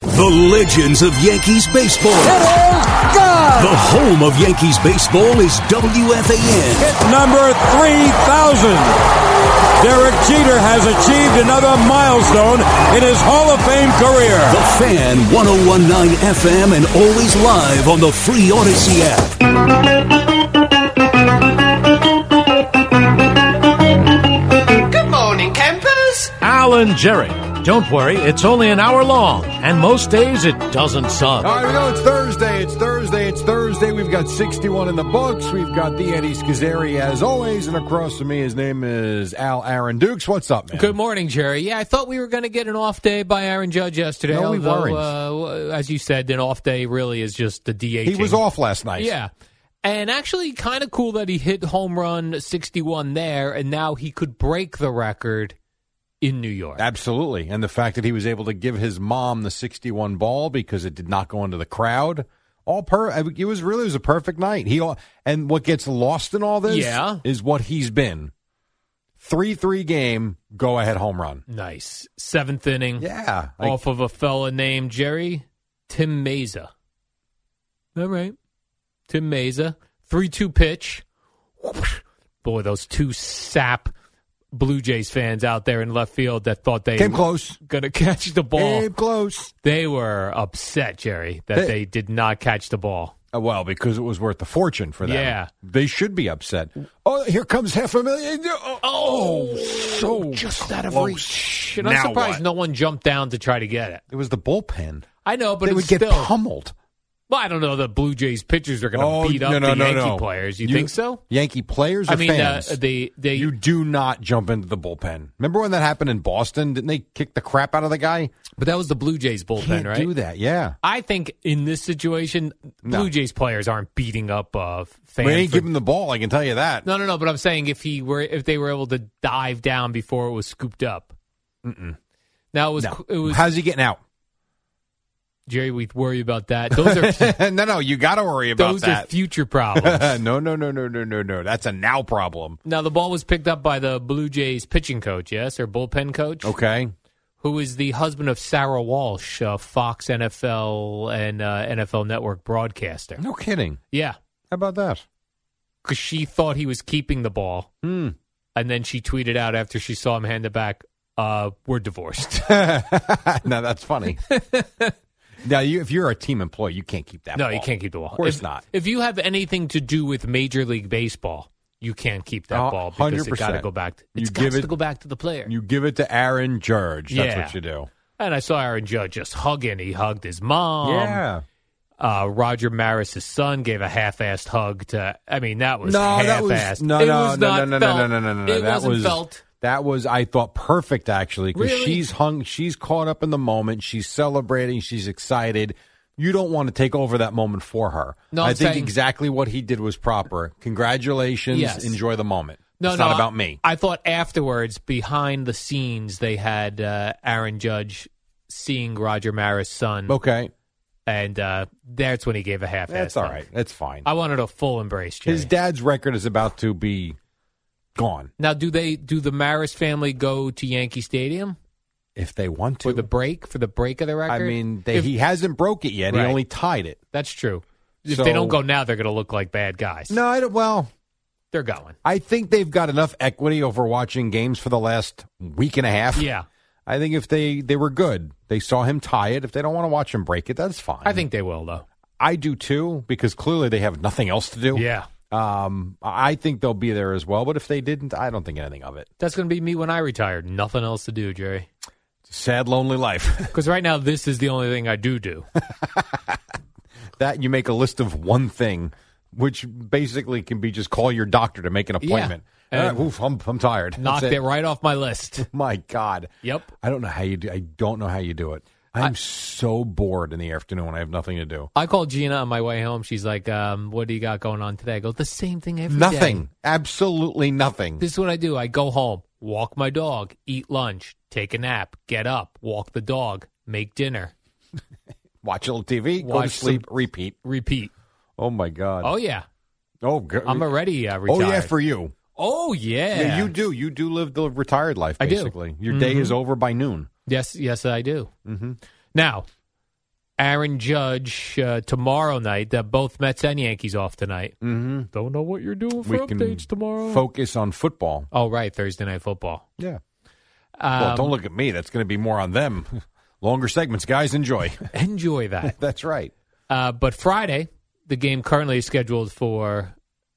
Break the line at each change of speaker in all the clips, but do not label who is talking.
The legends of Yankees baseball. The home of Yankees baseball is WFAN.
Hit number 3,000. Derek Jeter has achieved another milestone in his Hall of Fame career.
The Fan 1019 FM and always live on the free Odyssey app.
Good morning, campers.
Alan Jerry. Don't worry, it's only an hour long, and most days it doesn't suck.
All right, we know it's Thursday. It's Thursday. It's Thursday. We've got 61 in the books. We've got the Eddie Schizzeri as always, and across from me, his name is Al Aaron Dukes. What's up, man?
Good morning, Jerry. Yeah, I thought we were going to get an off day by Aaron Judge yesterday.
No, we weren't.
although, uh, as you said, an off day really is just the DH.
He was off last night.
Yeah. And actually, kind of cool that he hit home run 61 there, and now he could break the record in New York.
absolutely. And the fact that he was able to give his mom the 61 ball because it did not go into the crowd. All per it was really it was a perfect night. He all- and what gets lost in all this
Yeah.
is what he's been. 3-3 game, go ahead home run.
nice. Seventh inning
Yeah. like-
off of a fella named Jerry Tim Mesa. All right. Tim Mesa. 3 2 pitch. Whoosh. Boy, those two sap Blue Jays fans out there in left field that thought they
came
were
close.
going to catch the ball.
Came close.
They were upset, Jerry, that
They-
they, did not catch the ball.
Uh, Well, because it was worth a fortune for them.
Yeah.
They should be upset. Oh, here comes half a million. Oh, oh, so
just out of
close.
reach. And I'm
Now
surprised
what?
no one jumped down to try to get it.
It was the bullpen.
I know, but
they
it's
would get
still.
pummeled.
well, I don't know. The Blue Jays pitchers are going to
Oh,
beat up
no, no,
the
no,
Yankee
no.
players. You, think so?
Yankee players or
I mean,
fans?
Uh, they they
you do not jump into the bullpen. Remember when that happened in Boston? Didn't they kick the crap out of the guy?
But that was the Blue Jays bullpen,
Can't
right?
do that. Yeah.
I think in this situation,
No.
Blue Jays players aren't beating up uh,
We
fans.
ain't
for-
give him the ball. I can tell you that.
no, no, no. But I'm saying if he were, if they were able to dive down before it was scooped up. Mm-mm. Now it was,
No.
it was
How's he getting out?
Jerry. We worry about that. Those are
no, no. You got to worry about
those are
that.
future problems.
no, no, no, no, no, no, no. That's a now problem.
now the ball was picked up by the Blue Jays pitching coach, yes, or bullpen coach,
Okay.
who is the husband of Sarah Walsh, uh, Fox NFL and uh, NFL Network broadcaster.
No kidding.
Yeah.
How about that?
because she thought he was keeping the ball,
Hmm.
and then she tweeted out after she saw him hand it back, uh, "We're divorced."
now that's funny. now, you, if you're a team employee, you can't keep that.
no,
ball.
you can't keep the ball.
Of course
if,
not.
If you have anything to do with Major League Baseball, you can't keep that
Oh,
ball because it got
100%.
to go back. To,
You
it's
give
got
it-
to go back to the player.
You give it to Aaron Judge. That's
Yeah.
what you do.
and I saw Aaron Judge just hugging. He hugged his mom. Uh, Roger Maris, his son, gave a half-assed hug to. I mean, that was
No, that
half-assed.
was no,
It
no,
was
no,
not
no, no, no,
felt.
no, no, no, no.
It
That
wasn't
was
felt.
that was I thought perfect actually because
Really?
she's hung, she's caught up in the moment, she's celebrating, she's excited. You don't want to take over that moment for her.
No,
I
I'm
think
saying-
exactly what he did was proper. Congratulations,
Yes.
enjoy the moment.
No,
it's
no,
not
I-
about me.
I thought afterwards, behind the scenes, they had uh, Aaron Judge seeing Roger Maris' son,
Okay,
and uh, that's when he gave a half.
that's all right. That's fine.
I wanted a full embrace. Jerry.
His dad's record is about to be gone
now, do they do the Maris family go to Yankee Stadium
if they want to.
for the break for the break of the record?
I mean, they,
If-
he hasn't broke it yet. He
Right.
only tied it.
that's true. If
So-
they don't go now, they're going to look like bad guys.
No, I don't, well,
they're going.
I think they've got enough equity over watching games for the last week and a half.
Yeah,
I think if they they were good, they saw him tie it. If they don't want to watch him break it, that's fine.
I think they will though.
I do too because clearly they have nothing else to do.
Yeah,
Um, I think they'll be there as well. But if they didn't, I don't think anything of it.
that's going to be me when I retired. Nothing else to do, Jerry.
Sad, lonely life.
Because right now, this is the only thing I do do.
that you make a list of one thing, which basically can be just call your doctor to make an appointment.
And-
All right, oof, I'm, I'm tired.
Knocked
That's
it right off my list.
My God.
Yep.
I don't know how you do. I don't know how you do it. I'm so bored in the afternoon when I have nothing to do.
I called Gina on my way home. She's like, um, "What do you got going on today?" I go, "The same thing every day."
Nothing. Absolutely nothing.
This is what I do. I go home, walk my dog, eat lunch, take a nap, get up, walk the dog, make dinner,
Watch a little TV. go to
Watch some-
sleep. Repeat.
repeat.
Oh my God.
Oh yeah,
oh go-
I'm already uh,
Oh
retired.
yeah, for you.
Oh, yeah.
Yeah, you do. You do live the retired life.
I do. Mm-hmm.
Basically, your day is over by noon.
Yes, yes, I do. Mm-hmm. Now, Aaron Judge uh, tomorrow night. That both Mets and Yankees off tonight. Mm-hmm. Don't know what you're doing for
We can
updates tomorrow.
Focus on football.
oh right, Thursday night football.
Yeah.
Um,
Well, don't look at me. That's going to be more on them. Longer segments, guys. Enjoy.
enjoy that.
That's right.
Uh, but Friday, the game currently is scheduled for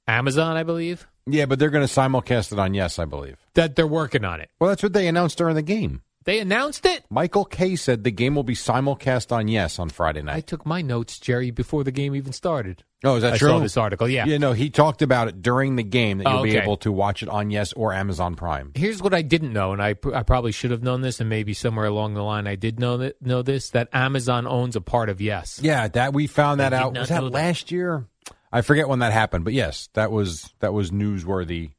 Amazon, I believe.
Yeah, but they're going to simulcast it on Yes, I believe.
That they're working on it.
Well, that's what they announced during the game.
They announced it.
Michael Kay said the game will be simulcast on Yes on Friday
I
night.
took my notes, Jerry, before the game even started.
oh, is that
I
true?
saw this article. Yeah.
Yeah, no, he talked about it during the game that
Oh,
you'll be
okay.
able to watch it on Yes or Amazon Prime.
Here's what I didn't know, and I, pr- I probably should have known this, and maybe somewhere along the line I did know that, know this that Amazon owns a part of Yes.
Yeah, that we found that
I did
out.
not
Was that
know that.
last year? I forget when that happened, but yes, that was that was newsworthy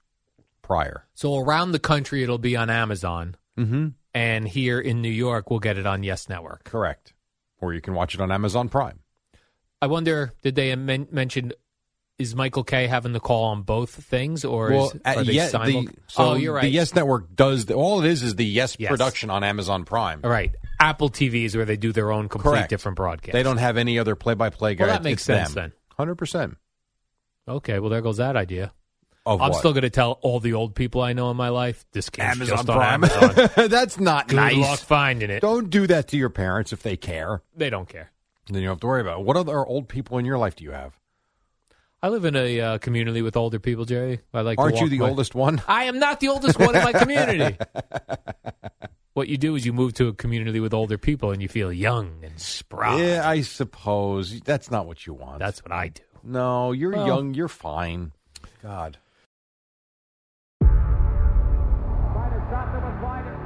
prior.
So around the country, it'll be on Amazon,
Mhm.
and here in New York, we'll get it on Yes Network.
Correct. Or you can watch it on Amazon Prime.
I wonder, did they men- mention is Michael K having the call on both things, or
well,
is,
at
are they
Ye-
simul-
the, so
oh, you're right.
The Yes Network does the, all it is is the yes,
Yes.
production on Amazon Prime.
All right. Apple TV is where they do their own complete
Correct.
different broadcast.
They don't have any other play-by-play guy.
Well, that makes sense then.
Hundred percent.
Okay, well there goes that idea.
Of
I'm
what?
still going to tell all the old people I know in my life this game's
Amazon
just on
Prime.
Amazon.
That's not
Good
nice.
luck finding it.
Don't do that to your parents if they care.
They don't care.
Then you don't have to worry about it. What other old people in your life do you have?
I live in a uh, community with older people, Jerry. I like. to
Aren't you
walk
the
my-
oldest one?
I am not the oldest one in my community. what you do is you move to a community with older people and you feel young and spry.
Yeah, I suppose that's not what you want.
That's what I do.
no, you're
Well-
young, you're fine. God.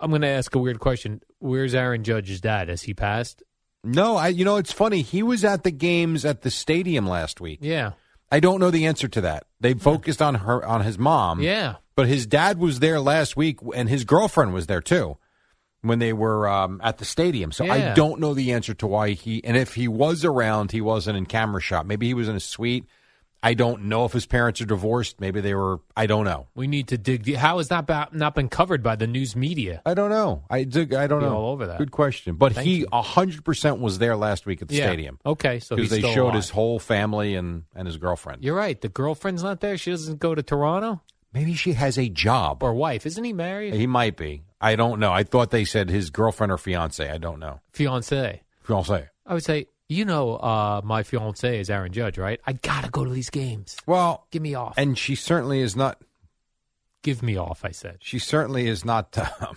I'm going to ask a weird question. Where's Aaron Judge's dad? Has he passed?
No, I you know it's funny. He was at the games at the stadium last week.
Yeah.
I don't know the answer to that. They focused on her on his mom.
yeah.
But his dad was there last week and his girlfriend was there too when they were um, at the stadium. So I
Yeah.
don't know the answer to why he and if he was around, he wasn't in camera shot. Maybe he was in a suite. I don't know if his parents are divorced. Maybe they were I don't know.
We need to dig. The, how has that ba- not been covered by the news media?
I don't know. I dig- I don't
Be
know.
all over that.
Good question. But
Thank
he
you.
a hundred percent was there last week at the
Yeah.
stadium
Okay, so
because they
he's still
showed
alive.
his whole family and and his girlfriend.
You're right. The girlfriend's not there. She doesn't go to Toronto
Maybe she has a job.
or wife. Isn't he married?
He might be. I don't know. I thought they said his girlfriend or fiance. I don't know.
Fiance.
Fiance.
I would say, you know, uh, my fiance is Aaron Judge, right? I gotta go to these games.
Well,
Give me off.
and she certainly is not.
Give me off. I said.
She certainly is not um,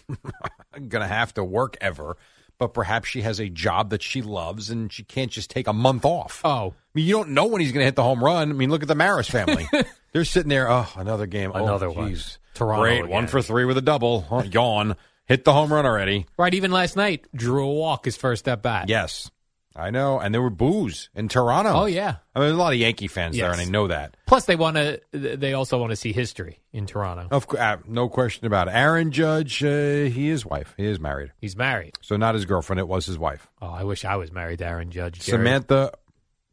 going to have to work ever. But perhaps she has a job that she loves, and she can't just take a month off.
Oh,
I mean, you don't know when he's going to hit the home run. I mean, look at the Maris family. They're sitting there. Oh, another game.
Another
oh,
one.
geez.
Toronto
Great.
again.
One for three with a double. Oh, yawn. Hit the home run already.
right. Even last night, drew a walk his first at bat.
Yes, I know. And there were boos in Toronto.
Oh yeah.
I mean, there's a lot of Yankee fans there,
Yes.
and I know that.
Plus, they want to. They also want to see history in Toronto.
Of cou- uh, no question about it. Aaron Judge, uh, he is wife. He is married,
He's married.
so not his girlfriend. It was his wife,
Oh, I wish I was married to Aaron Judge. Jerry.
Samantha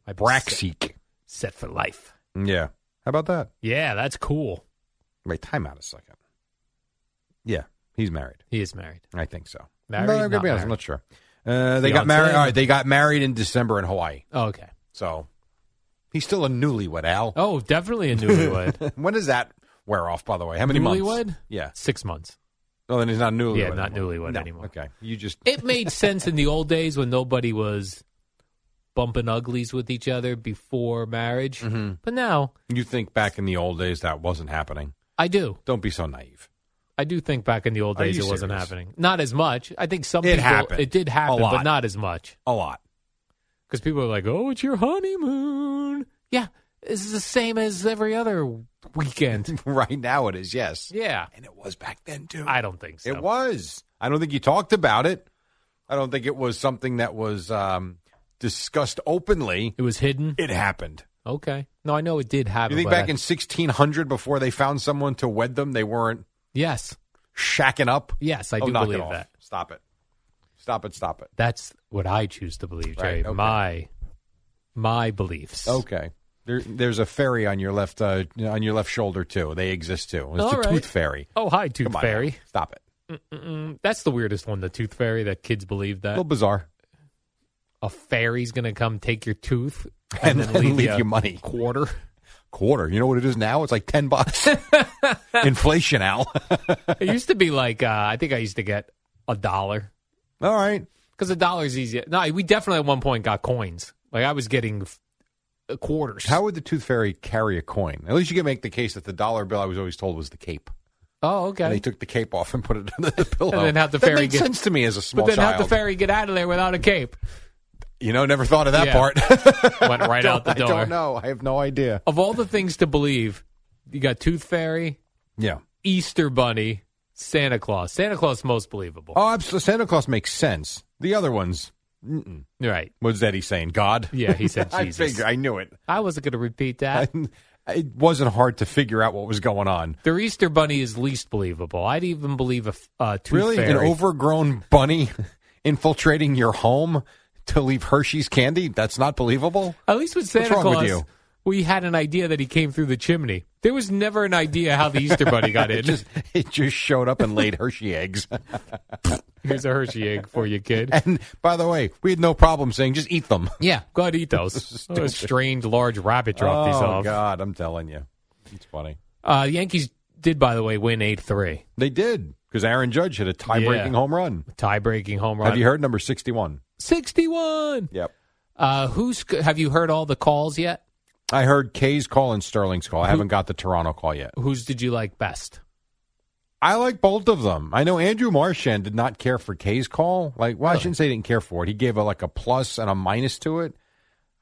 I'd be set,
Braxic.
set for life.
Yeah, how about that?
Yeah, that's cool.
Wait, time out a second. Yeah, he's married.
He is married.
I think so.
Married?
No, I'm gonna
Not
be honest.
married.
I'm not sure. Uh, they
Fiancé?
got married. All right, they got married in December in Hawaii.
Oh, okay.
So he's still a newlywed, Al.
Oh, definitely a newlywed.
When does that wear off? By the way, how many months?
Oh. Newlywed?
Yeah.
Six months.
No, then he's not newlywed.
Yeah, not
anymore.
newlywed
No,
anymore.
Okay, you just
It made sense in the old days when nobody was bumping uglies with each other before marriage.
Mm-hmm.
But now
you think back in the old days that wasn't happening.
I do.
Don't be so naive.
I do think back in the old
Are
days it
you
wasn't
serious?
happening. Not as much. I think some
It
people
happened.
it did happen,
A lot.
but not as much.
A lot.
Because people are like, "Oh, it's your honeymoon." Yeah, this is the same as every other weekend.
right now it is. Yes.
yeah,
And it was back then too.
I don't think so.
It was. I don't think you talked about it. I don't think it was something that was um, discussed openly.
It was hidden.
It happened.
Okay. No, I know it did happen.
You think
but
back
I-
in 1600, before they found someone to wed them, they weren't
yes,
shacking up?
yes, I
Oh,
do
knock it
believe
off.
that.
Stop it. Stop it. Stop it.
That's what I choose to believe, Jerry.
Right, okay.
My my beliefs.
Okay. There, there's a fairy on your left uh, on your left shoulder too. They exist too. It's
All
the
right.
tooth fairy.
Oh, hi, Tooth
Come on now.
Fairy.
Stop it.
Mm, That's the weirdest one, the Tooth Fairy, that kids believe
A
that.
little bizarre.
A fairy's going to come take your tooth
And
and,
then
then leave,
leave
you
you money.
quarter.
Quarter. You know what it is now? It's like ten bucks. Inflation, Al.
it used to be like, uh, I think I used to get a dollar
All right.
because a dollar's easier. No, we definitely at one point got coins. Like I was getting f- uh, quarters.
How would the tooth fairy carry a coin? At least you can make the case that the dollar bill I was always told was the cape.
Oh, okay.
And they took the cape off and put it under the pillow.
then how'd the
that
fairy
made
get-
sense to me as a small
but then
child.
how'd the fairy get out of there without a cape?
You know, never thought of that
Yeah.
part.
Went right out the
I
door.
don't know. I have no idea.
Of all the things to believe, you got Tooth Fairy,
Yeah.
Easter Bunny, Santa Claus. Santa Claus most believable.
Oh, absolutely. Santa Claus makes sense. The other ones,
Right.
what's that he's saying? God?
Yeah, he said
I
Jesus.
figure. I knew it.
I wasn't going to repeat that.
It wasn't hard to figure out what was going on.
Their Easter Bunny is least believable. I'd even believe a f- uh, Tooth
really?
Fairy.
An overgrown bunny infiltrating your home to leave Hershey's candy? That's not believable?
At least with Santa
wrong with
Claus,
you?
we had an idea that he came through the chimney. There was never an idea how the Easter Bunny got in.
It just, it just showed up and laid Hershey eggs.
Here's a Hershey egg for you, kid.
And by the way, we had no problem saying just eat them.
Yeah, go ahead eat those. Oh, a strange large rabbit dropped these
oh,
off.
God, I'm telling you. It's funny.
Uh, Yankees did, by the way, win eight three,
They did because Aaron Judge hit a tie breaking
Yeah.
home run.
tie breaking home run.
Have you heard number 61?
sixty one?
Yep.
Uh, who's have you heard all the calls yet?
I heard Kay's call and Sterling's call. I haven't got the Toronto call yet.
Whose did you like best?
I like both of them. I know Andrew Marchand did not care for Kay's call. Like, well, I shouldn't say he didn't care for it. He gave a, like a plus and a minus to it.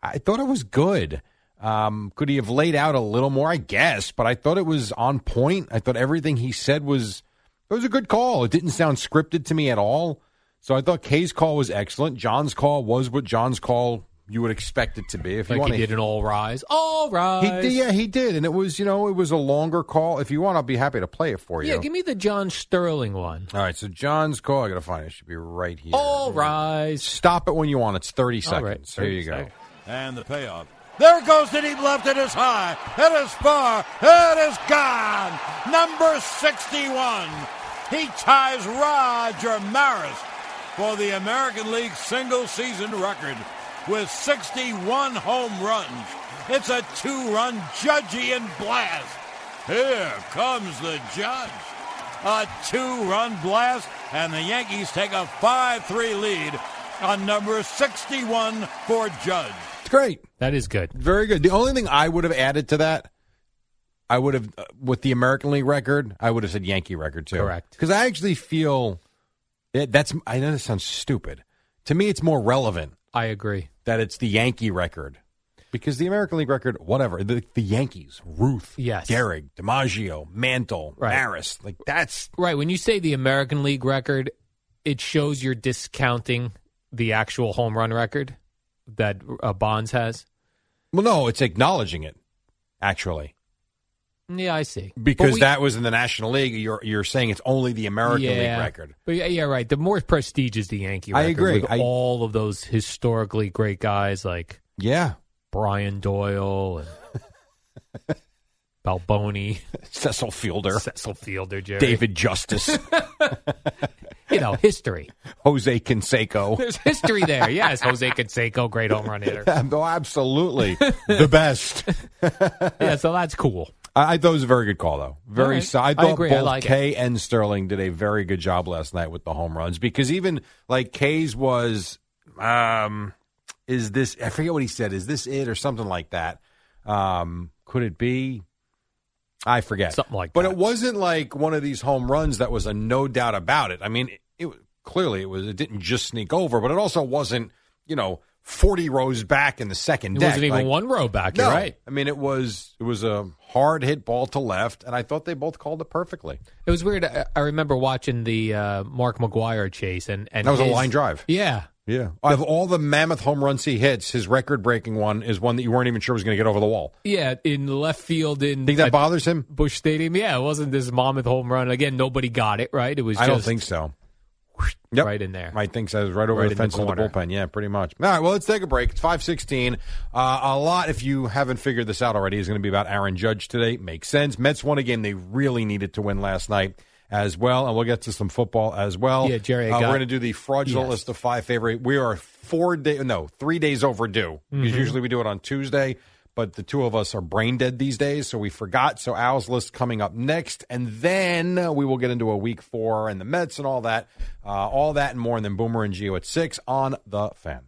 I thought it was good. Um, could he have laid out a little more? I guess, but I thought it was on point. I thought everything he said was it was a good call. It didn't sound scripted to me at all. So I thought Kay's call was excellent. John's call was what John's call you would expect it to be. If you
Like
want
he
to
did an all rise, all
He
rise.
did, yeah, he did, and it was you know it was a longer call. If you want, I'll be happy to play it for you.
Yeah, give me the John Sterling one.
All right, so John's call. I gotta find it. It Should be right here.
All rise.
Stop it when you want. It's thirty
All
seconds.
right,
Here you
30
go.
seconds.
And the payoff. There goes the deep left. It is high. It is far. It is gone. Number 61. He ties Roger Maris for the American League single season record with 61 home runs. It's a two run Judgeian blast. Here comes the judge. A two run blast, and the Yankees take a 5 3 lead on number 61 for Judge.
It's great.
That is good.
Very good. The only thing I would have added to that, I would have uh, with the American League record, I would have said Yankee record too.
Correct.
Because I actually feel that that's. I know this sounds stupid. To me, it's more relevant
I agree.
that it's the Yankee record because the American League record, whatever the, the Yankees, Ruth,
Yes.
Gehrig, DiMaggio, Mantle,
Right.
Maris, like that's
Right. When you say the American League record, it shows you're discounting the actual home run record that uh, Bonds has.
Well, no, it's acknowledging it actually
Yeah, I see. But
because
we-
that was in the National League. You're you're saying it's only the American
yeah.
League record.
But yeah, yeah, right. The more prestigious the Yankee
I
record
agree.
with
I-
all of those historically great guys like
Yeah,
Brian Doyle and Balboni,
Cecil Fielder,
Cecil Fielder, Jerry.
David Justice.
you know, history.
Jose Canseco.
There's history there. Yes, Jose Canseco, great home run hitter.
Oh, absolutely. the best.
yeah, so that's cool.
I, I thought it was a very good call, though. Very
right.
si- I
I
thought
agree. I
both
like it.
Kay and Sterling did a very good job last night with the home runs because even like Kay's was, um, is this? I forget what he said. Is this it or something like that? Um, could it be? I forget
Something like
but
that.
it wasn't like one of these home runs that was a no doubt about it. I mean, it, it clearly it was. It didn't just sneak over, but it also wasn't. You know, forty rows back in the second.
It
deck.
wasn't even
Like,
one row back. You're right.
I mean, it was it was a hard hit ball to left, and I thought they both called it perfectly.
It was weird. I, I remember watching the uh, Mark McGuire chase, and, and
That was a
his-
line drive.
Yeah,
Yeah, of all the mammoth home runs he hits, his record breaking one is one that you weren't even sure was going to get over the wall.
yeah, in left field in
Think that
at
bothers him?
Bush Stadium. Yeah, it wasn't this mammoth home run. Again, nobody got it right. It was.
I
just
don't think so. Yep.
Right in there.
I think so. It was right over
Right
the
in the
fence into the
corner.
bullpen. Yeah, pretty much. All right. Well, let's take a break. It's five sixteen. Uh, a lot, if you haven't figured this out already, is going to be about Aaron Judge today. Makes sense. Mets won a game they really needed to win last night as well, and we'll get to some football as well.
Yeah, Jerry, I
Uh,
got-
we're going to do the fraudulent
Yes.
list of five favorite. We are four day, no, three days overdue because usually we do it on Tuesday. But the two of us are brain dead these days, so we forgot. So Al's list coming up next, and then we will get into a week four and the Mets and all that, uh, all that and more. And then Boomer and Geo at six on the fan.